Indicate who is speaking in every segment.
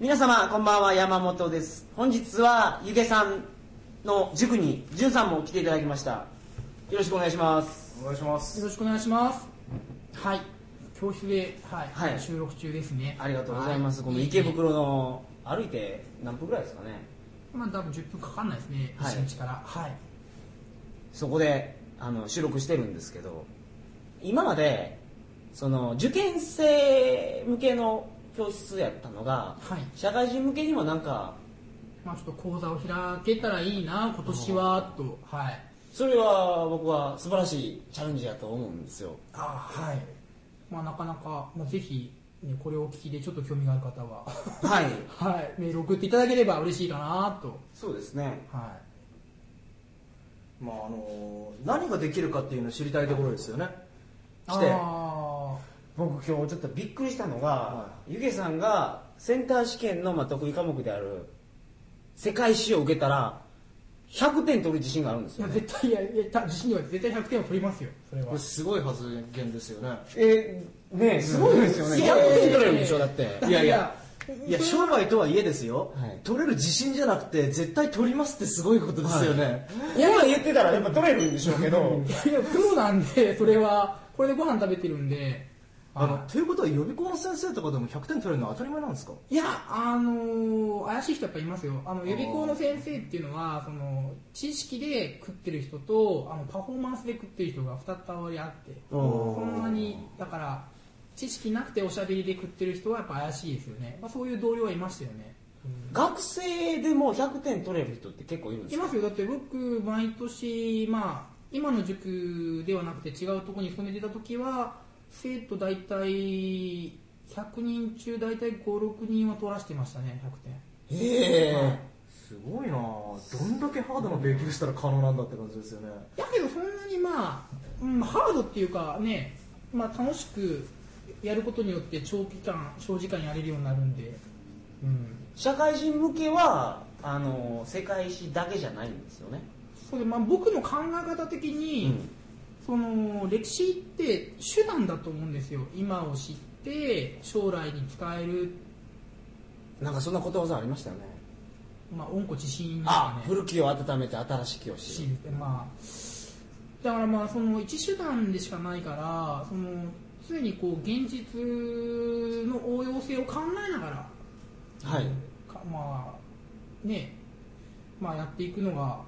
Speaker 1: 皆様こんばんは山本です本日はゆげさんの塾にじゅんさんも来ていただきましたよろしくお願いします
Speaker 2: お願いします
Speaker 3: よろしくお願いします。はい、教室で、はい、
Speaker 1: はい
Speaker 3: 収録中ですね。
Speaker 1: ありがとうございます、
Speaker 3: は
Speaker 1: この池。袋の歩いて何分ぐらいですかね
Speaker 3: まあ、多分10分かかんないですね。
Speaker 1: はい
Speaker 3: 一日から。はい。
Speaker 1: そこであの収録してるんですけど今までその受験生向けの教室やったのが、
Speaker 3: はい
Speaker 1: 社会人向けにもなんか
Speaker 3: まあ、ちょっと講座を開けたらいいな、今年はと。はい。
Speaker 1: それは僕は素晴らしいチャレンジやと思うんですよ
Speaker 3: あ、はい。まあ、なかなか、まあ、ぜひ、ね、これをお聞きで、ちょっと興味がある方は。
Speaker 1: はい
Speaker 3: はい、メール送っていただければ嬉しいかなと。
Speaker 1: そうですね
Speaker 3: は
Speaker 2: まああの何ができるかっていうのを知りたいところですよね
Speaker 3: い。
Speaker 2: 来て
Speaker 3: あ
Speaker 1: 僕今日ちょっとびっくりしたのが、
Speaker 2: は
Speaker 1: ゆげさんがセンター試験のまあ得意科目である世界史を受けたら100点取る自信があるんです
Speaker 3: ーい
Speaker 1: よ、
Speaker 3: や、
Speaker 1: ね、
Speaker 3: 絶対、いや、いや、た自信には絶対100点を取りますよ。それは
Speaker 2: これ。すごい発言ですよね
Speaker 1: えねすごいですよ
Speaker 3: ね
Speaker 1: 100点取れるんでしょだって
Speaker 2: いやいやい
Speaker 3: それ
Speaker 2: や商売とはいえですよ、
Speaker 1: はい
Speaker 2: 取れる自信じゃなくて絶対取りますってすごいことですよね、
Speaker 1: 今言ってたらやっぱ取れるんでしょうけど
Speaker 3: いや、プロなんで、それは、これでご飯食べてるんで、
Speaker 2: あの
Speaker 3: はい
Speaker 2: ということは予備校の先生とかでも100点取れるのは当たり前なんですか
Speaker 3: いや、あのー怪しい人やっぱいますよ。あの、予備校の先生っていうのは、その、知識で食ってる人と、あの、パフォーマンスで食ってる人が二通りあって、
Speaker 2: おー
Speaker 3: そんなに、だから、知識なくておしゃべりで食ってる人はやっぱ怪しいですよね。まあ、そういう同僚はいましたよね。
Speaker 1: 学生でも100点取れる人って結構いるんです
Speaker 3: い
Speaker 1: よ
Speaker 3: ますよだって僕毎年まあ今の塾ではなくて違うところに勤めてた時は生徒大体100人中大体56人は取らせてましたね100点
Speaker 1: ええ
Speaker 2: すごいなぁどんだけハードな勉強したら可能なんだって感じですよね
Speaker 3: だけどそんなにまあ、うん、ハードっていうかね、まあ、楽しくやることによって長期間長時間やれるようになるんでうん
Speaker 1: 社会人向けはあの世界史だけじゃないんですよね
Speaker 3: それでまあ僕の考え方的に、
Speaker 1: うん
Speaker 3: その歴史って手段だと思うんですよ今を知って将来に使える、
Speaker 1: なんかそんなことわざありましたよね
Speaker 3: まあ、温故知新ですか
Speaker 1: あ
Speaker 3: ね
Speaker 1: 古きを温めて新しきを知
Speaker 3: 知
Speaker 1: る
Speaker 3: るまあだからまあその一手段でしかないからその常にこう現実の応用性を考えながら
Speaker 1: はい
Speaker 3: かまあねまあやっていくのが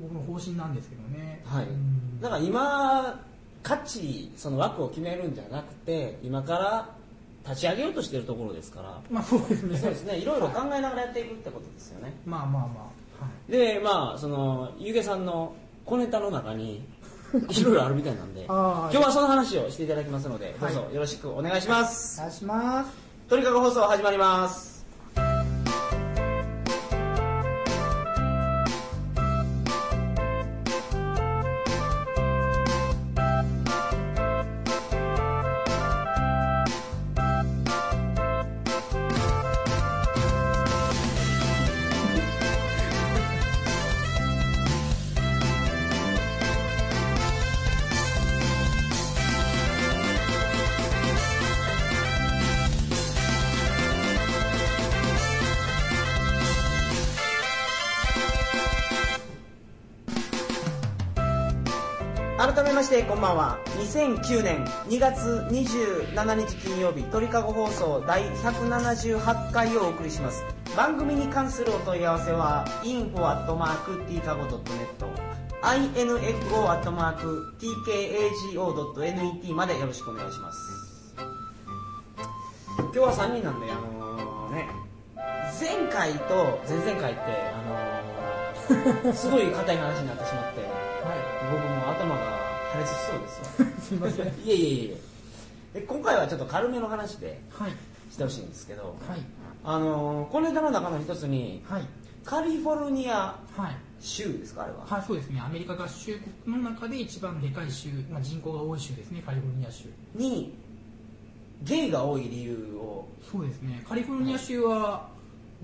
Speaker 3: 僕の方針なんですけどね
Speaker 1: はい
Speaker 3: うん
Speaker 1: だから今価値その枠を決めるんじゃなくて今から立ち上げようとしてるところですから
Speaker 3: まあそうですね
Speaker 1: そうですねいろいろ考えながらやっていくってことですよね
Speaker 3: まあまあまあ、はい
Speaker 1: でまあそのゆげさんの小ネタの中 にいろいろあるみたいなんで
Speaker 3: あ
Speaker 1: 今
Speaker 3: ー
Speaker 1: 日はその話をしていただきますのでどうぞよろしくお願いします
Speaker 3: お願いします
Speaker 1: とにかく放送始まります改めましてこんばんは2009年2月27日金曜日鳥かご放送第178回をお送りします番組に関するお問い合わせは info.tkago.net info.tkago.net までよろしくお願いします今日は3人なんであのね前回と前々回ってあのーすごい硬い話になってしまって
Speaker 3: は
Speaker 1: 僕も頭が破裂しそうですわ
Speaker 3: い、すみません。はい、
Speaker 1: いえいえいえで今回はちょっと軽めの話で
Speaker 3: はい、
Speaker 1: してほしいんですけど、
Speaker 3: はい、
Speaker 1: あのー、このネタの中の一つに
Speaker 3: はい、
Speaker 1: カリフォルニア
Speaker 3: はい、
Speaker 1: 州ですかあれは、
Speaker 3: そうですね。アメリカ合衆国の中で一番でかい州、まあ、人口が多い州ですね、カリフォルニア州。
Speaker 1: にゲイが多い理由を
Speaker 3: そうですね。カリフォルニア州は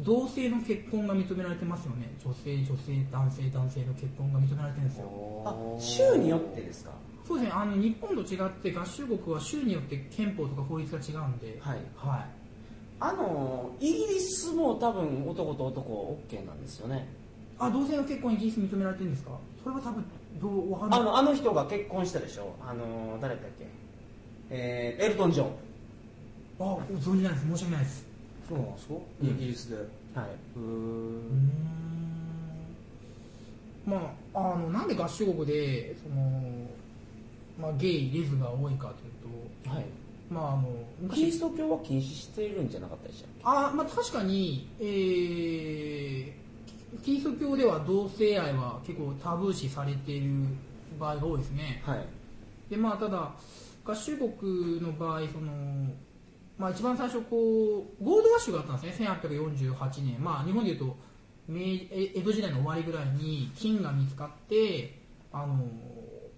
Speaker 3: 同性の結婚が認められてますよね。女性、女性、男性、男性の結婚が認められてるんですよ。
Speaker 1: あ州によってですか
Speaker 3: そうですね。あの日本と違って合衆国は州によって憲法とか法律が違うんで、
Speaker 1: はい
Speaker 3: は
Speaker 1: あのイギリスも多分男と男 OK なんですよね
Speaker 3: あ同性の結婚イギリス認められてるんですかそれは多分どうわかんない
Speaker 1: あのあの人が結婚したでしょあの誰だっけえーエルトン・ジョン
Speaker 3: あ存じないです申し訳ないです
Speaker 2: そうなんですか、
Speaker 1: うん
Speaker 2: イギリスでへ
Speaker 1: はい
Speaker 3: う
Speaker 2: ー
Speaker 3: ーんまああのなんで合衆国でその、まあ、ゲイレズが多いかという
Speaker 1: はい
Speaker 3: とまああの
Speaker 1: キリ
Speaker 3: 昔
Speaker 1: スト教は禁止してるんじゃなかったでしたっ
Speaker 3: あまあ確かに、えーキリスト教では同性愛は結構タブー視されている場合が多いですね
Speaker 1: けはい
Speaker 3: でまあただ合衆国の場合そのまあ一番最初こう合同合衆があったんですね1848年まあ日本でいうと明え江戸時代の終わりぐらいに金が見つかってあの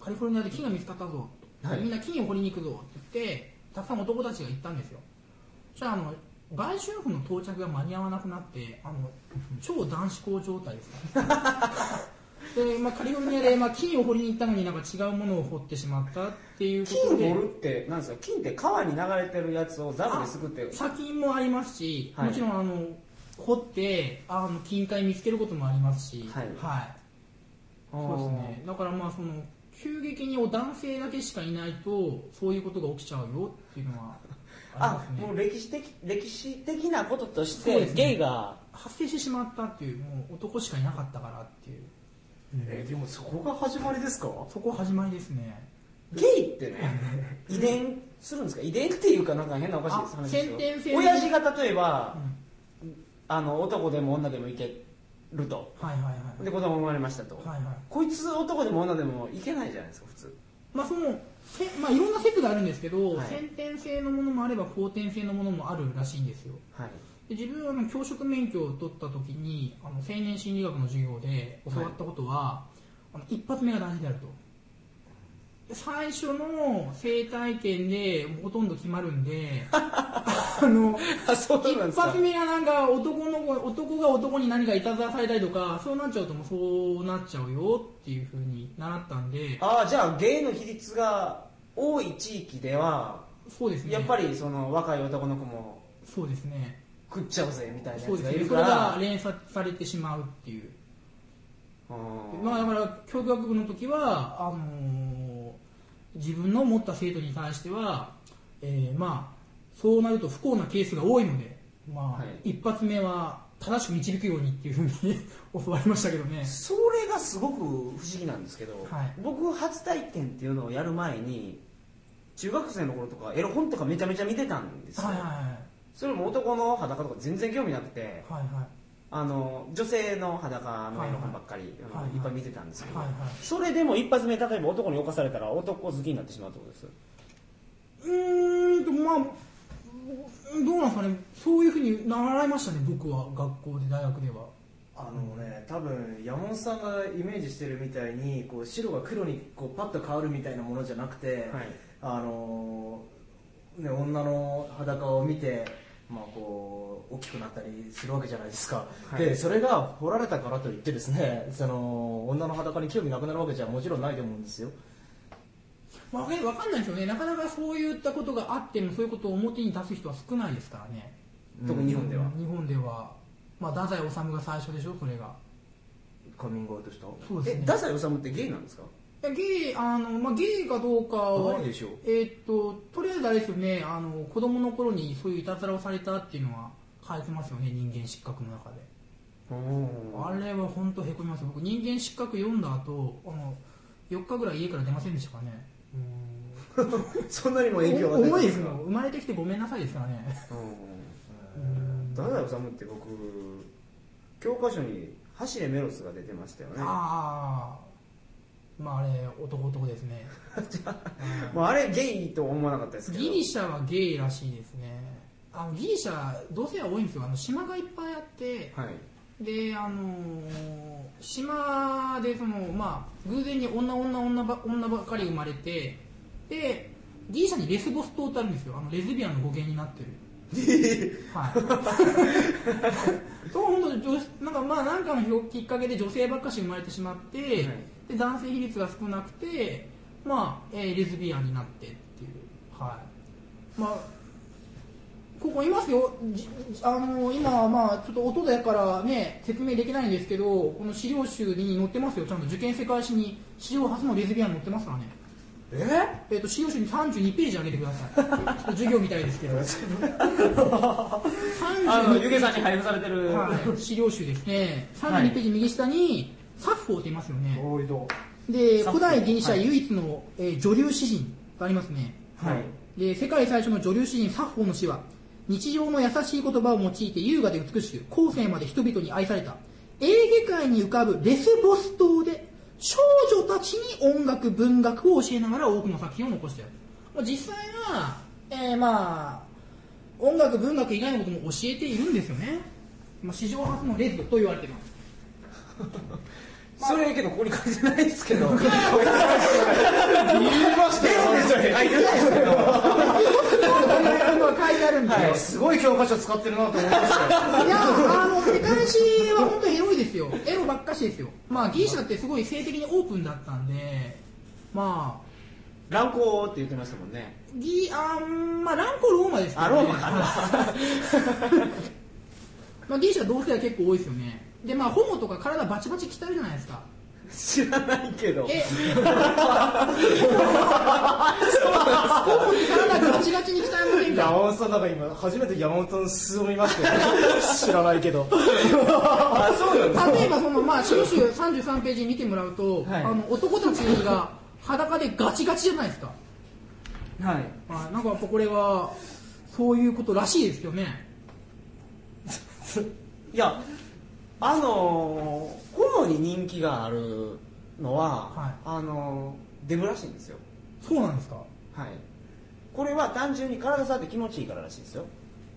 Speaker 3: カリフォルニアで金が見つかったぞ、
Speaker 1: はい
Speaker 3: みんな金を掘りに行くぞって言ってたくさん男たちが行ったんですよじゃああの売春婦の到着が間に合わなくなってあの超男子校状態ですね で、まあ、カリフォルニアで、まあ、金を掘りに行ったのになんか違うものを掘ってしまったっていうこ
Speaker 1: 金
Speaker 3: とで
Speaker 1: 掘るってなんですか金って川に流れてるやつをザルですくって
Speaker 3: 砂金もありますし、
Speaker 1: はい
Speaker 3: もちろんあの掘ってあの金塊見つけることもありますし、
Speaker 1: はい
Speaker 3: いそうですねだからまあその急激にお男性だけしかいないとそういうことが起きちゃうよっていうのはあ
Speaker 1: あ
Speaker 3: ります
Speaker 1: も
Speaker 3: ね
Speaker 1: う歴史的歴史的なこととし
Speaker 3: そう
Speaker 1: て、
Speaker 3: ですね
Speaker 1: ゲイが
Speaker 3: 発生してしまったっていうもう男しかいなかったからっていう
Speaker 2: えでもそこが始まりですか
Speaker 3: そこ始まりですね
Speaker 1: ゲイってね遺伝するんですか遺伝っていうかなんか変なおかしい
Speaker 3: あ
Speaker 1: 話ですよ
Speaker 3: 先天性の
Speaker 1: 親父が例えば
Speaker 3: うん、
Speaker 1: あの男でも女でもいけると
Speaker 3: はいはいはい
Speaker 1: で子供生まれましたと、
Speaker 3: はいはい
Speaker 1: こいつ男でも女でもいけないじゃないですか普通
Speaker 3: まあそのせまあ、いろんな説があるんですけど、
Speaker 1: はい
Speaker 3: 先天性のものもあれば後天性のものもあるらしいんですよ
Speaker 1: はい
Speaker 3: で自分はあの教職免許を取った時にあの青年心理学の授業で教わったことは、あの一発目が大事であるとで最初の生体験でもうほとんど決まるんであの
Speaker 1: あそうなんで
Speaker 3: 一
Speaker 1: すか
Speaker 3: 発目がなんか男の子男が男に何かいたずらされたりとかそうなっちゃうともうそうなっちゃうよっていうふうに習ったんで
Speaker 1: ああじゃあゲイの比率が多い地域では
Speaker 3: そうですね
Speaker 1: やっぱりその若い男の子も
Speaker 3: そうですね
Speaker 1: 食っちゃうぜみたいな
Speaker 3: そ
Speaker 1: や
Speaker 3: う
Speaker 1: つ
Speaker 3: で
Speaker 1: が
Speaker 3: す
Speaker 1: い
Speaker 3: ね
Speaker 1: る
Speaker 3: そ
Speaker 1: から
Speaker 3: れが連鎖されてしまうっていう
Speaker 1: うん
Speaker 3: まあだから教育学部の時はあのー自分の持った生徒に対しては、えーまあそうなると不幸なケースが多いのでまあ、
Speaker 1: はい
Speaker 3: 一発目は正しく導くようにっていうふうに 教わりましたけどね
Speaker 1: それがすごく不思議なんですけど、
Speaker 3: はい
Speaker 1: 僕初体験っていうのをやる前に中学生の頃とかエロ本とかめちゃめちゃ見てたんですよ、
Speaker 3: はいはい
Speaker 1: それも男の裸とか全然興味なくて
Speaker 3: はいはいは
Speaker 1: あの女性の裸のエロ本ばっかり、
Speaker 3: はいはい
Speaker 1: うんいっぱい見てたんですけ
Speaker 3: い
Speaker 1: ど、
Speaker 3: はいはい
Speaker 1: それでも一発目例えば男に侵されたら男好きになってしまうってことです
Speaker 3: うーんとまあどうなんですかねそういうふうに習いましたね僕は学校で大学では
Speaker 2: あのね多分山本さんがイメージしてるみたいにこう白が黒にこうパッと変わるみたいなものじゃなくて、
Speaker 1: はい
Speaker 2: あのーね、女の裸を見て、まあ、こう大きくなったりするわけじゃないですか、
Speaker 1: はい
Speaker 2: でそれが掘られたからといってですねその女の裸に興味なくなるわけじゃもちろんないと思うんですよ
Speaker 3: わかわかんないですよね、なかなかそういったことがあっても、そういうことを表に出す人は少ないですからね、
Speaker 1: 特に日本では、
Speaker 3: 日本では、まあ、太宰治が最初でしょ、それが。
Speaker 2: カミングアウトした
Speaker 3: そうです
Speaker 1: え
Speaker 3: ね
Speaker 1: 太宰治ってゲイなんですか
Speaker 3: ゲイあの、まあ、ゲイかどうかは、
Speaker 2: ないでしょう
Speaker 3: えーっととりあえずあれですよねあの、子供の頃にそういういたずらをされたっていうのは、書いてますよね、人間失格の中で。あれは本当へこみますよ、僕、人間失格読んだ後あの4日ぐらい家から出ませんでしたからね。
Speaker 1: そんなにも影響が
Speaker 3: お
Speaker 1: 出て
Speaker 3: 重
Speaker 1: る
Speaker 3: い
Speaker 1: ん
Speaker 3: です
Speaker 1: か
Speaker 3: もん生まれてきてごめんなさいですからね。
Speaker 1: うん太宰治って僕教科書に「走れメロス」が出てましたよね
Speaker 3: ああまああれ男男ですね
Speaker 1: もうあれゲイとは思わなかったですけど
Speaker 3: ギリシャはゲイらしいですねあのギリシャ同性は多いんですよあの島がいっぱいあって
Speaker 1: はい
Speaker 3: であのー島でそのまあ偶然に女女女ば女ばっかり生まれてでギリシャにレスボス島ってあるんですよあのレズビアンの語源になってるはい、 そう本当に女なんかまあなんかのきっかけで女性ばっかし生まれてしまって、で男性比率が少なくてまあ、えーレズビアンになってっていうはいまあここいますよ、じあの今はまあちょっと音だからね説明できないんですけど、この資料集に載ってますよ、ちゃんと受験世界史に史上初のレズビアン載ってますからね、
Speaker 2: え
Speaker 3: えっと資料集に32ページ上げてください、ちょっと授業みたいです けど、
Speaker 1: あの、
Speaker 3: 32
Speaker 1: ゆげさんに配布されてる。
Speaker 3: はい、資料集ですね、
Speaker 1: はい
Speaker 3: 32ページ右下に、サッフォーっていますよね、
Speaker 2: おいど
Speaker 3: で
Speaker 1: サッフォー
Speaker 3: 古代ギリシャ
Speaker 1: はい
Speaker 3: 唯一の、えー女流詩人がありますね。
Speaker 1: はい。
Speaker 3: で世界最初の女流詩人サッフォーの詩は日常の優しい言葉を用いて優雅で美しく後世まで人々に愛されたエーゲ海に浮かぶレスボス島で少女たちに音楽文学を教えながら多くの作品を残しているもう実際は、えーまあ音楽文学以外のことも教えているんですよね、まあ、史上初のレズと言われています
Speaker 1: それけど、ここに書いてないですけど。 言いましたよ。あ、言ってないですけど。
Speaker 3: 書いてあるんで、
Speaker 1: はい
Speaker 2: やすごい教科書使ってるなと思いましたよ
Speaker 3: いや、あの、世界史は本当にエロいですよ。エロばっかしですよ。まあ、ギリシャってすごい性的にオープンだったんで、まあ、
Speaker 1: 乱行って言ってましたもんね。
Speaker 3: ギあーまあ、乱行ローマですけど、
Speaker 1: あ、
Speaker 3: ね。
Speaker 1: ローマかな。
Speaker 3: まあ、ギリシャ同性は結構多いですよね。で、まあ、ホモとか体バチバチ鍛えるじゃないですか。
Speaker 1: 知らないけど。
Speaker 3: え、ホモって体ガチガチに鍛えませんか
Speaker 2: 山本さんなんか今初めて山本の素を見ま したよ知らないけど
Speaker 1: あ、そうなんですか。
Speaker 3: 例えばその、まあ、資料集33ページ見てもらうと、
Speaker 1: はい
Speaker 3: あの男たちが裸でガチガチじゃないですか。
Speaker 1: はい。
Speaker 3: まあ、なんかやっぱこれはそういうことらしいですよね
Speaker 1: いや、あのー、ホモに人気があるのは、
Speaker 3: はい
Speaker 1: あのー、デブらしいんですよ。
Speaker 3: そうなんですか
Speaker 1: はい。これは単純に体触って気持ちいいかららしいですよ。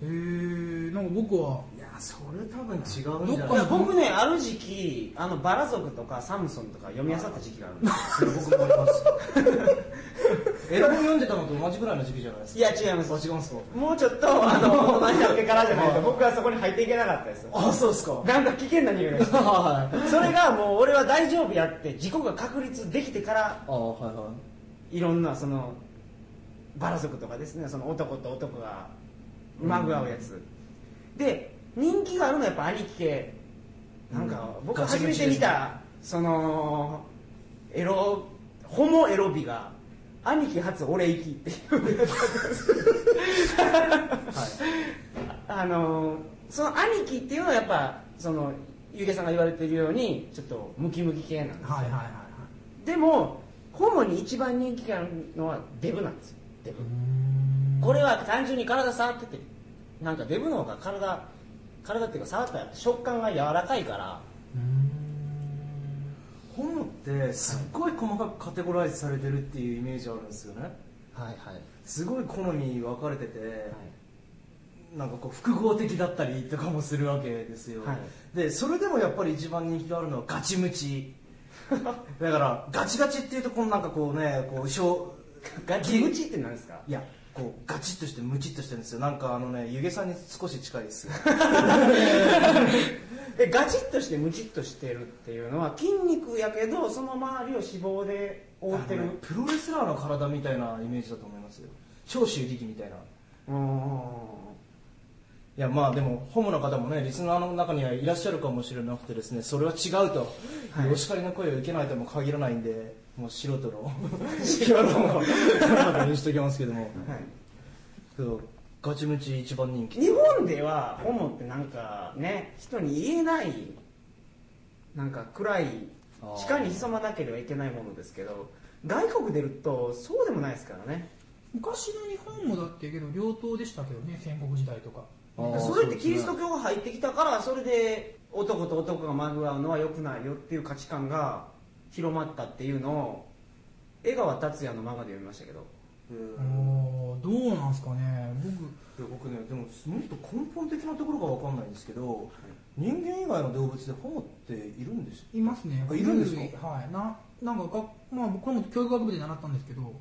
Speaker 3: へえんか僕はい
Speaker 2: やそれ多分違うんじ
Speaker 1: い
Speaker 3: どっ
Speaker 2: ゃ
Speaker 3: か
Speaker 1: や
Speaker 3: の
Speaker 1: 僕ね、ある時期、あのバラ族とかサムソンとか読み漁った時期があるんです
Speaker 2: それ僕もあり ますエロ本読んでたのと同じぐらいの時期じゃないです
Speaker 1: いや、違います
Speaker 2: かあ。違うんすか
Speaker 1: もうちょっと、あの、何だっけからじゃないと、僕はそこに入っていけなかったですよ。
Speaker 2: あそうですか
Speaker 1: なんか危険な匂いがして。
Speaker 2: はい
Speaker 1: それがもう俺は大丈夫やって、自己が確立できてから、
Speaker 2: あはいはい
Speaker 1: ろんなその、バラ族とかですね、その男と男がまぐあうやつ。で、人気があるのはやっぱ兄貴系。なんか、
Speaker 2: うん
Speaker 1: 僕
Speaker 2: ガチ
Speaker 1: 初
Speaker 2: ム
Speaker 1: め
Speaker 2: チ
Speaker 1: て
Speaker 2: ですね
Speaker 1: 見た、その、エロ、ホモエロビが、兄貴初俺行きっていう。
Speaker 2: いはい
Speaker 1: あのーその兄貴っていうのはやっぱそのゆうげさんが言われてるようにちょっとムキムキ系なんですよ、
Speaker 3: はいはいはい
Speaker 1: でもホモに一番人気があるのはデブなんですよデブ
Speaker 3: は
Speaker 1: これは単純に体触っててなんかデブの方が体体っていうか触ったら食感が柔らかいから
Speaker 2: ホモってすっごい細かくカテゴライズされてるっていうイメージあるんですよね
Speaker 1: はいはい
Speaker 2: すごい好み分かれてて、なんかこう複合的だったりとかもするわけですよ、
Speaker 1: は
Speaker 2: でそれでもやっぱり一番人気があるのはガチム チだからガチガチっていうとこのなんかこうねこうしょう
Speaker 1: ガチムチってなんですか
Speaker 2: いやこうガチッとしてムチッとしてるんですよなんかあのね湯気さんに少し近いですよ
Speaker 1: えガチッとしてムチッとしてるっていうのは筋肉やけどその周りを脂肪で覆ってる
Speaker 2: あのねプロレスラーの体みたいなイメージだと思いますよ長州力みたいな
Speaker 1: うーん
Speaker 2: いやまあでもホモの方もねリスナーの中にはいらっしゃるかもしれなくてですねそれは違うと、
Speaker 1: はい
Speaker 2: お叱りの声を受けないとも限らないんでもう素人 の素人の中にしときますけども
Speaker 1: はい
Speaker 2: そうガチムチ一番人気
Speaker 1: 日本ではホモってなんかね人に言えないなんか暗い
Speaker 2: あー
Speaker 1: 地下に潜まなければいけないものですけど外国出るとそうでもないですからね
Speaker 3: 昔の日本もだってけど両党でしたけどね戦国時代とか
Speaker 2: あー
Speaker 1: それってキリス
Speaker 2: そ
Speaker 1: ト
Speaker 2: うで
Speaker 1: 教が入ってきたからそれで男と男がまぐわうのは良くないよっていう価値観が広まったっていうのを江川達也の漫画で読みましたけど
Speaker 2: すね
Speaker 3: あ
Speaker 2: うん
Speaker 3: ーどうなんですかね
Speaker 2: いや僕ねでももっと根本的なところが分かんないんですけど人間以外の動物でホモっているんですよ
Speaker 3: 僕いますね
Speaker 2: あいるんですか
Speaker 3: はいななんかが、まあ、僕も教育学部で習ったんですけど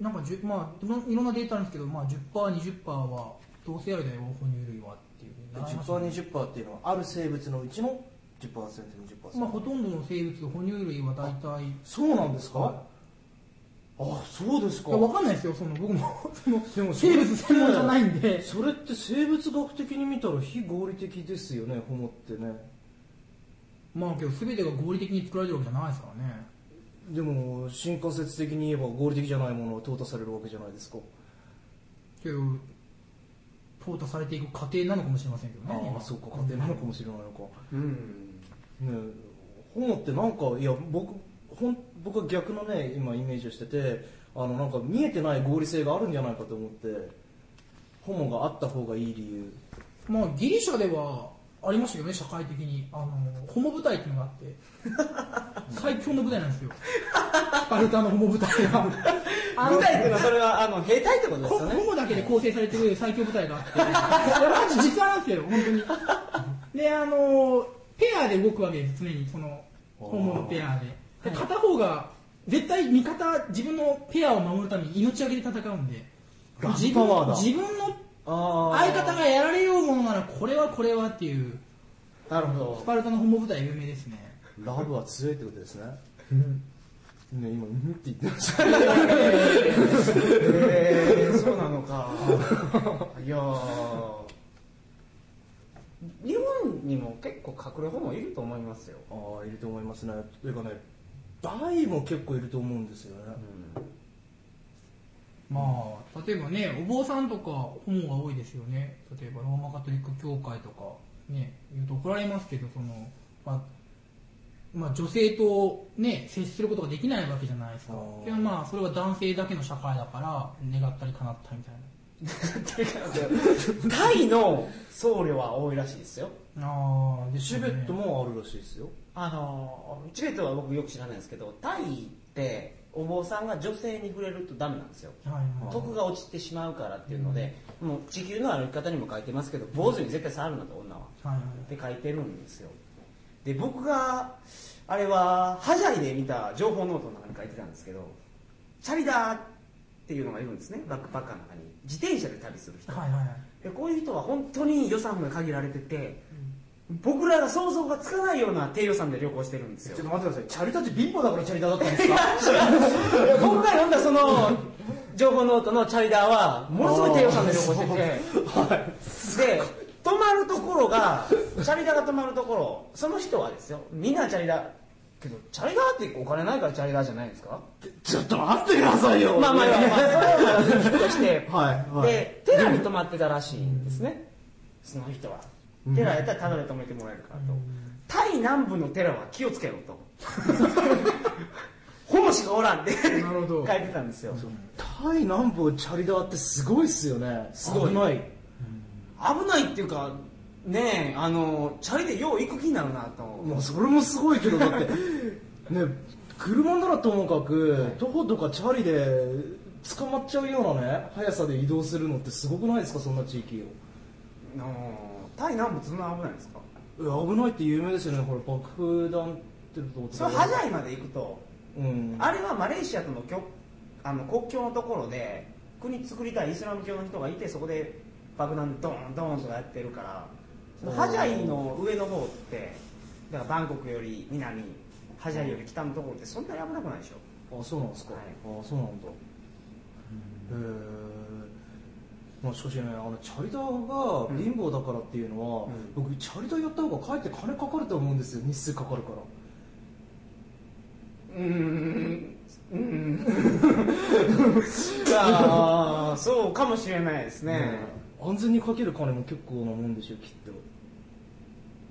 Speaker 3: なんかじゅ、まあ、いろんいろんなデータあるんですけど、まあ、10%20% は同性愛だよ哺乳類はっていう
Speaker 2: で
Speaker 3: 習いましたね
Speaker 2: 10%20% っていうのはある生物のうちの 10%20%
Speaker 3: まあ、ほとんどの生物哺乳類は大体
Speaker 2: そうなんですか、
Speaker 3: は
Speaker 1: あそうですか
Speaker 3: 分かんないですよその僕もその
Speaker 2: でもそれ
Speaker 3: 生物専門じゃないんで
Speaker 2: それって生物学的に見たら非合理的ですよねホモってね
Speaker 3: まあけど全てが合理的に作られてるわけじゃないですからね
Speaker 2: でも新仮説的に言えば合理的じゃないものは淘汰されるわけじゃないですか
Speaker 3: けど淘汰されていく過程なのかもしれませんけどね
Speaker 2: あ
Speaker 3: 今
Speaker 2: あそうか家庭なのかもしれないのか
Speaker 1: うん
Speaker 2: ねえホモってなんかいや僕ほん僕は逆のね今イメージをしててあのなんか見えてない合理性があるんじゃないかと思ってホモがあった方がいい理由
Speaker 3: まあギリシャではありましたけどね社会的にあのホモ部隊っていうのがあ って最強の部隊なんですよスパルタのホモ部隊があの
Speaker 1: 舞台っていうのはそれはあの兵隊ってことです
Speaker 3: ホ
Speaker 1: よね
Speaker 3: ホモだけで構成されてる最強部 隊があってこれマジ実話なんですよ本当にであのペアで動くわけです常にそのホモのペアでで片方が絶対味方自分のペアを守るために命がけで戦うんで
Speaker 2: ガ
Speaker 3: 自
Speaker 2: ンパワー
Speaker 3: 分
Speaker 2: だ
Speaker 3: 自分の
Speaker 1: あー
Speaker 3: 相方がやられようものならこれはこれはっていう
Speaker 1: なるほ
Speaker 3: ス
Speaker 1: ど
Speaker 3: パルタのホモ部隊有名ですね
Speaker 2: ラブは強いってことですねね今うんって言ってました
Speaker 1: へえそうなのかいやー日本にも結構隠れホモいると思いますよ、
Speaker 2: ああいると思いますねというかね大も結構いると思うんですよね
Speaker 3: まあ例えばねお坊さんとかホモが多いですよね例えばローマカトリック教会とかね言うと怒られますけどその、まあまあ、女性とね接することができないわけじゃないですか
Speaker 2: あー
Speaker 3: でもまあそれは男性だけの社会だから願ったり叶ったりみたい
Speaker 1: タイの僧侶は多いらしいですよ
Speaker 3: なああで
Speaker 2: チベットもあるらしいですよ
Speaker 1: あのチベットは僕よく知らないんですけどタイってお坊さんが女性に触れるとダメなんですよ
Speaker 3: はいはい
Speaker 1: 徳が落ちてしまうからっていうので、もう地球の歩き方にも書いてますけど坊主に絶対触るなと女は
Speaker 3: はい
Speaker 1: って書いてるんですよで僕があれはハジャイで見た情報ノートの中に書いてたんですけどチャリダーっていうのがいるんですねバックパッカーの中に自転車で旅する人、
Speaker 3: はいはいはい
Speaker 1: でこういう人は本当に予算が限られてて、僕らが想像がつかないような低予算で旅行してるんですよ
Speaker 2: ちょっと待ってくださいチャリタって貧乏だからチャリタだったんですか
Speaker 1: いや今回読んだその情報ノートのチャリダーはものすごい低予算で旅行してて、で泊まるところがチャリダーが泊まるところその人はですよみんなチャリダーけどチャリダーってお金ないからチャリダーじゃないですか
Speaker 2: ちょっと待ってくださいよ
Speaker 1: まあまあまあまあそれはまあ別として、
Speaker 2: はいはい
Speaker 1: で寺に泊まってたらしいんですね、その人は寺やったらタダで泊めてもらえるからと、タイ南部の寺は気をつけろとホモシがおらんって
Speaker 3: なるほど
Speaker 1: 書いてたんですよ
Speaker 2: タイ南部チャリダーってすごいっすよね
Speaker 1: すごい
Speaker 2: 危ない
Speaker 1: 危ないっていうかねえあのチャリでよう行く気になるなと
Speaker 2: まあそれもすごいけどだって ね車ならともかく徒歩とかチャリで捕まっちゃうようなね速さで移動するのってすごくないですかそんな地域を
Speaker 1: あのタイ南部そんな危ないんですか
Speaker 2: いや危ないって有名ですよねほら爆弾ってるとこと
Speaker 1: それハザイまで行くと
Speaker 2: うん
Speaker 1: あれはマレーシアとのきょあの国境のところで国作りたいイスラム教の人がいてそこで爆弾ドーンドーンとかやってるからそのハジャイの上の方ってだからバンコクより南ハジャイより北のところってそんなに危なくないでしょ
Speaker 2: あそうなんですか、
Speaker 1: はい
Speaker 2: あそうなんだへえまあ、しかしねあのチャリダーが貧乏だからっていうのは、
Speaker 1: うん
Speaker 2: 僕チャリダーやった方がかえって金かかると思うんですよ日数かかるから
Speaker 1: うーん うーんああそうかもしれないですね、
Speaker 2: 安全にかける金も結構なもんでしょきっと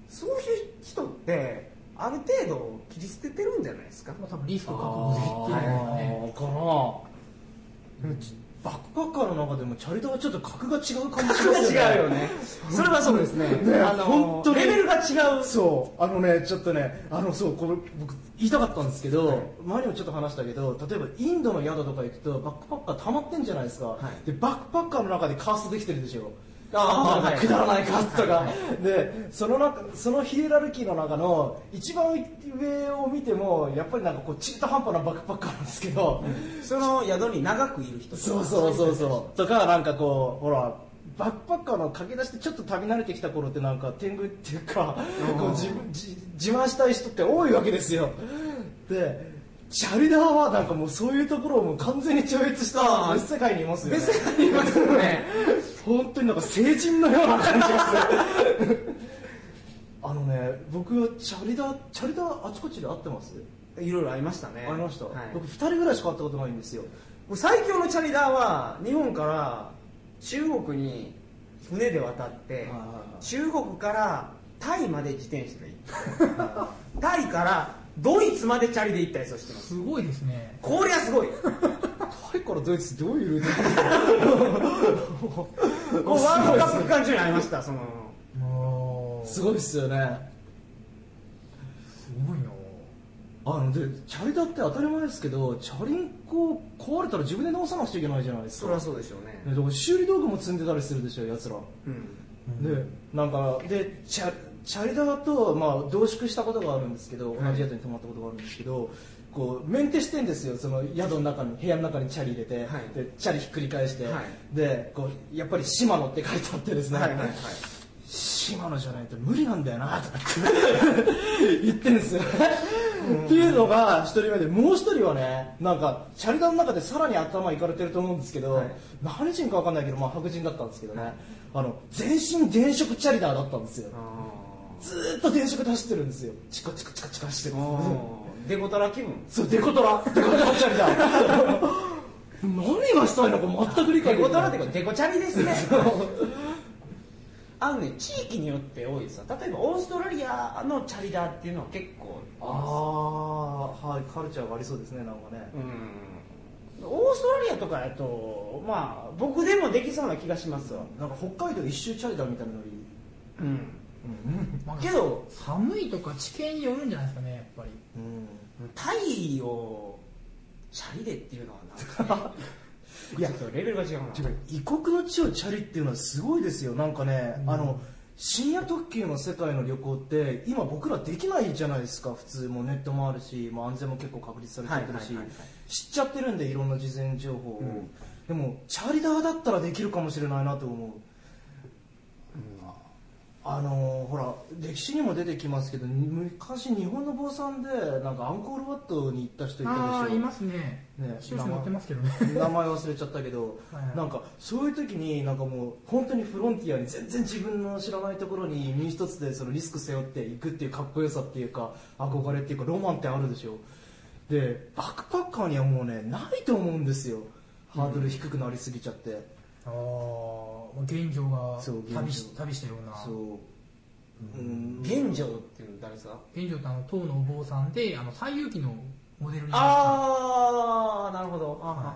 Speaker 1: そういう人ってある程度切り捨ててるんじゃないですか
Speaker 3: まあ多分リスクを覚悟できてるからね
Speaker 2: あーかなバックパッカーの中でもチャリダーはちょっと格が違う感じしますよね
Speaker 1: 違うよねそれはそうですね
Speaker 2: ね
Speaker 1: あの
Speaker 2: 本当に
Speaker 1: レベルが違う
Speaker 2: そうあのねちょっとねあのそうこれ僕言いたかったんですけど、
Speaker 1: はい
Speaker 2: 前にもちょっと話したけど例えばインドの宿とか行くとバックパッカー溜まってんじゃないですか、
Speaker 1: い
Speaker 2: でバックパッカーの中でカーストできてるでしょ
Speaker 1: あー
Speaker 2: なんか
Speaker 1: はい
Speaker 2: くだらないカーストが、
Speaker 1: はい
Speaker 2: でその中そのヒエラルキーの中の一番上を見てもやっぱりなんかこう中途半端なバックパッカーなんですけど、
Speaker 1: その宿に長くいる人
Speaker 2: そうそうそうそうとかなんかこうほらバックパッカーの駆け出してちょっと旅慣れてきた頃ってなんか天狗っていうかこう自分自自慢したい人って多いわけですよでチャルダーはなんかもうそういうところをもう完全に超越した
Speaker 1: あー
Speaker 2: 別世界にいますよね
Speaker 1: 別に言いますよね
Speaker 2: 本当になんか成人のような感じがするあのね僕はチャルダーチャルダーあちこちで会ってます、
Speaker 1: いろいろありましたね
Speaker 2: ありました、
Speaker 1: はい
Speaker 2: 僕2人ぐらいしか会ったことないんですよ
Speaker 1: もう最強のチャリダーは日本から中国に船で渡って
Speaker 2: はいはいはい
Speaker 1: 中国からタイまで自転車で行ってタイからドイツまでチャリで行ったやつをして ます
Speaker 3: すごいですね
Speaker 1: これはすごい
Speaker 2: タイからドイツどういうルート
Speaker 1: こうワールドカップ期間中にありましたその
Speaker 2: すごいっすよね
Speaker 3: すごいな
Speaker 2: あのでチャリだって当たり前ですけどチャリンコ壊れたら自分で直さなくちゃいけないじゃないです
Speaker 1: そ
Speaker 2: か
Speaker 1: りゃそうでしょうね、
Speaker 2: ねだから修理道具も積んでたりするでしょやつら、
Speaker 1: うん、
Speaker 2: でなんかでチャチャリダーと、まあ、同宿したことがあるんですけど同じ宿に泊まったことがあるんですけど、こうメンテしてんですよその宿の中に部屋の中にチャリ入れて、
Speaker 1: はい
Speaker 2: でチャリひっくり返して、
Speaker 1: は
Speaker 2: でこうやっぱり「シマノって書いてあってですね、
Speaker 1: はいはいはい
Speaker 2: 島野じゃないと無理なんだよなとかって言ってん ですよねっていうのが一人目でもう一人はねなんかチャリダーの中でさらに頭いかれてると思うんですけど、
Speaker 1: はい
Speaker 2: 何人か分かんないけど、まあ、白人だったんですけどね、あの全身電飾チャリダーだったんですよ
Speaker 1: あ
Speaker 2: ずーっと電飾で走ってるんですよチカチカチカチカしてる
Speaker 1: ーあーデコトラ気分
Speaker 2: そうデコトラデコトラチャリダー何がしたいのか全く理
Speaker 1: デ
Speaker 2: 解でき
Speaker 1: コト
Speaker 2: な
Speaker 1: ラ
Speaker 2: い
Speaker 1: っていうかデコチャリですねあのね地域によって多いですよ例えばオーストラリアのチャリダーっていうのは結構
Speaker 2: ああはいカルチャーがありそうですねなんかね、
Speaker 1: うんオーストラリアとかやとまあ僕でもできそうな気がしますわ
Speaker 2: なんか北海道一周チャリダーみたいなのに、
Speaker 1: うん
Speaker 3: まあ
Speaker 1: けど
Speaker 3: 寒いとか地形によるんじゃないですかねやっぱり
Speaker 1: タイをチャリでっていうのはなんか、ね、
Speaker 2: いや
Speaker 1: ちょっとレベルが違うな
Speaker 2: てか異国の地をチャリっていうのはすごいですよなんかね、あの深夜特急の世界の旅行って今僕らできないじゃないですか普通もうネットもあるし、まあ、安全も結構確立されちゃってるし、
Speaker 1: はいはいはいは
Speaker 2: 知っちゃってるんでいろんな事前情報を、
Speaker 1: うん
Speaker 2: でもチャリダーだったらできるかもしれないなと思う、あのーほら歴史にも出てきますけど昔日本の坊さんでなんかアンコールワットに行った人いたでしょ
Speaker 3: ああーいますね
Speaker 2: ね
Speaker 3: 収集持ってますけどね
Speaker 2: 名前忘れちゃったけど
Speaker 3: はい
Speaker 2: なんかそういう時になんかもう本当にフロンティアに全然自分の知らないところに身一つでそのリスク背負っていくっていうかっこよさっていうか憧れっていうかロマンってあるでしょでバックパッカーにはもうねないと思うんですよハードル低くなりすぎちゃって、
Speaker 3: ああ現状が
Speaker 2: そう現状
Speaker 3: 旅し旅したような
Speaker 2: そう、うん
Speaker 1: 現状っていうの誰ですか
Speaker 3: 現状ってあの唐のお坊さんであの西遊記のモデルになった
Speaker 1: ああなるほどあははは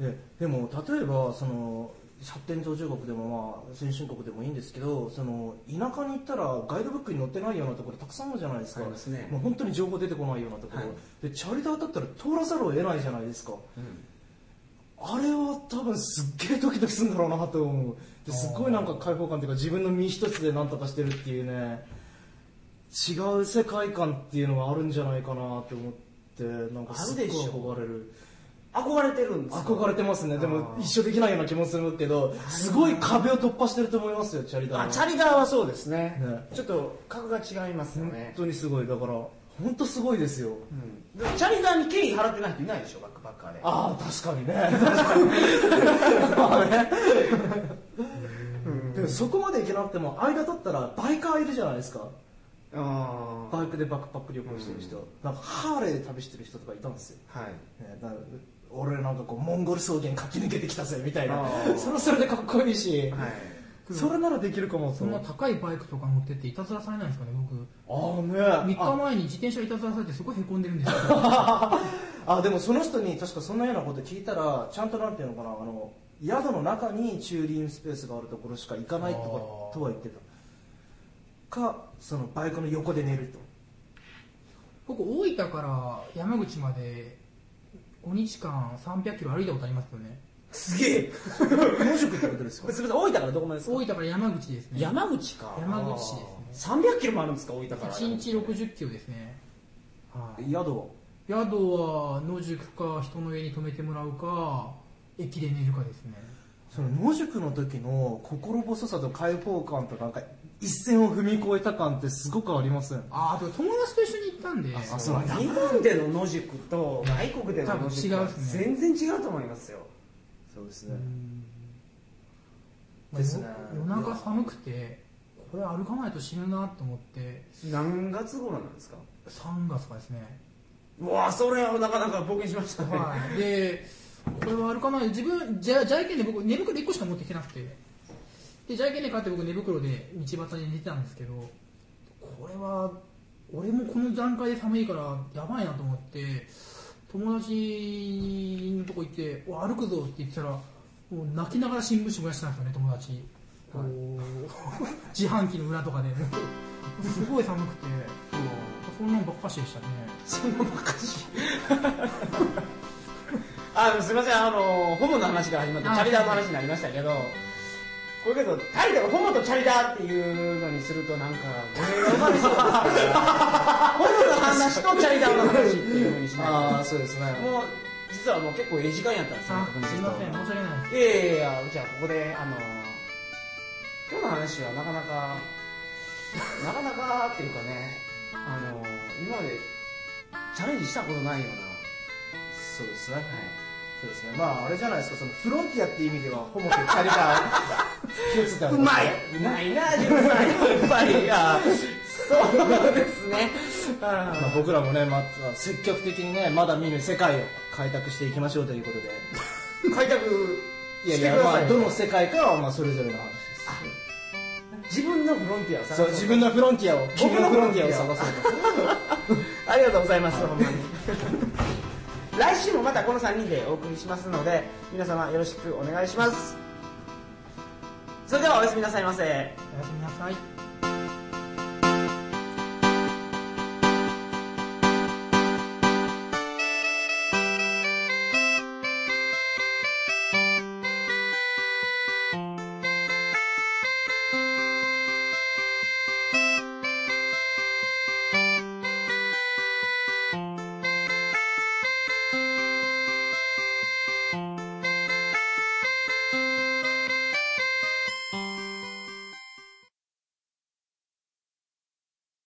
Speaker 2: ででも例えばその発展途上国でも、まあ、先進国でもいいんですけどその田舎に行ったらガイドブックに載ってないようなところたくさんあるじゃないですか
Speaker 1: ありますね
Speaker 2: もう本当に情報出てこないようなところ、
Speaker 1: はい
Speaker 2: でチャリダーだったら通らざるを得ないじゃないですかあれは多分すっげえドキドキするんだろうなと思うですっごいなんか開放感っていうか自分の身一つで何とかしてるっていうね違う世界観っていうのがあるんじゃないかなと思ってなんかすっごい憧れる。
Speaker 1: 憧れてるんですよ
Speaker 2: 憧れてますねでも
Speaker 1: あー
Speaker 2: 一緒できないような気もするけどすごい壁を突破してると思いますよチャリダーは
Speaker 1: あチャリダーはそうですね
Speaker 2: ね
Speaker 1: ちょっと格が違いますよ
Speaker 2: 本
Speaker 1: ね、
Speaker 2: 当にすごいだから本当すごいですよ
Speaker 1: うん、でもチャリダーに敬意払ってない人いないでしょバックパッカーで
Speaker 2: ああ確かにね まあねでもそこまで行けなくても間取ったらバイカーいるじゃないですか
Speaker 1: あー
Speaker 2: バイクでバックパック旅行してる人、
Speaker 1: うん
Speaker 2: なんかハーレーで旅してる人とかいたんですよ、
Speaker 1: はい
Speaker 2: ねだから俺なんかこうモンゴル草原駆け抜けてきたぜみたいな
Speaker 1: あー
Speaker 2: それはそれでかっこいいし、
Speaker 1: はい
Speaker 2: それならできるかもと
Speaker 3: そんな高いバイクとか乗ってっていたずらされないんですかね僕
Speaker 2: ああ
Speaker 3: 3
Speaker 2: ね
Speaker 3: 日
Speaker 2: あ
Speaker 3: 前に自転車いたずらされてすごいへこんでるんですよ
Speaker 2: あでもその人に確かそんなようなこと聞いたらちゃんとなんていうのかなあの宿の中に駐輪スペースがあるところしか行かないとか
Speaker 3: あー
Speaker 2: とは言ってたかそのバイクの横で寝ると
Speaker 3: 僕大分から山口まで5日間300キロ歩いたことありますけどね
Speaker 1: すげえ
Speaker 2: 野宿ってことですか
Speaker 1: すみません大分からどこまでですか
Speaker 3: 大分から山口ですね
Speaker 1: 山口か
Speaker 3: 山口市ですね
Speaker 1: 三百3 0 0キロもあるんですか大分から
Speaker 3: 1日60キロですねはい
Speaker 2: 宿は
Speaker 3: 宿は野宿か人の家に泊めてもらうか駅で寝るかですね
Speaker 2: その野宿の時の心細さと開放感となんか一線を踏み越えた感ってすごくありません
Speaker 3: ああと友達と一緒に行ったんで
Speaker 2: あそうなんだ
Speaker 1: 日本での野宿と外国での野宿
Speaker 3: 多
Speaker 1: は
Speaker 3: 分違うっすね
Speaker 1: 全然違うと思いますよ
Speaker 2: そうです
Speaker 3: う
Speaker 2: ね
Speaker 3: んまあ
Speaker 2: ですね
Speaker 3: 夜夜中寒くてこれ歩かないと死ぬなと思って
Speaker 1: 何月頃なんですか
Speaker 3: 3月かですね
Speaker 1: うわそれはなかなか冒険しましたね、
Speaker 3: はい、で、これは歩かない、自分、じゃじゃいけんで僕、寝袋1個しか持ってきてなくて、でじゃいけんで買って僕、寝袋で道端に寝てたんですけど、これは、俺もこの段階で寒いから、やばいなと思って、友達のとこ行って、お歩くぞって言ってたら、もう泣きながら新聞紙燃やしたんですよね、友達。
Speaker 1: はい
Speaker 3: おー自販機の裏とかで、すごい寒くて、そんなのばっかしでしたね。
Speaker 1: そんなばっかしあのすいませんあのホモの話が始まってチ
Speaker 3: あ
Speaker 1: ャリダーの話になりましたけどこれけどタイトルホモとチャリダーっていうのにするとなんか語弊が生まれそうですから ホモの話とチャリダーの話っていうふうにし
Speaker 2: あ
Speaker 1: な
Speaker 2: あそうですね
Speaker 1: いともう実はもう結構ええ時間やったんですよ
Speaker 3: あ
Speaker 1: こ、の
Speaker 3: す
Speaker 1: 人
Speaker 3: いません、申し訳ないです。
Speaker 1: いやいやいやじゃあここであの今日の話はなかなかなかなかっていうかねあの今までチャレンジしたことないよう
Speaker 2: そうですね
Speaker 1: な、
Speaker 2: そうですねまああれじゃないですかそのフロンティアっていう意味ではホモとチャリダー共通点ある
Speaker 1: うまいな純さんやっぱりいやそうですね
Speaker 2: まあ、僕らもね、まあ、積極的にねまだ見ぬ世界を開拓していきましょうということで
Speaker 1: 開拓
Speaker 2: いや
Speaker 1: し
Speaker 2: い
Speaker 1: て
Speaker 2: や
Speaker 1: くだ
Speaker 2: ま
Speaker 1: さいよ
Speaker 2: あどの世界かはまあそれぞれの話です
Speaker 1: 自分のフロンティアを探
Speaker 2: そう自分のフロンティアを君のフロンティアを探そうと
Speaker 1: ありがとうございます、ほんまに来週もまたこの3人でお送りしますので皆様よろしくお願いしますそれではおやすみなさいませ
Speaker 3: おやすみなさい。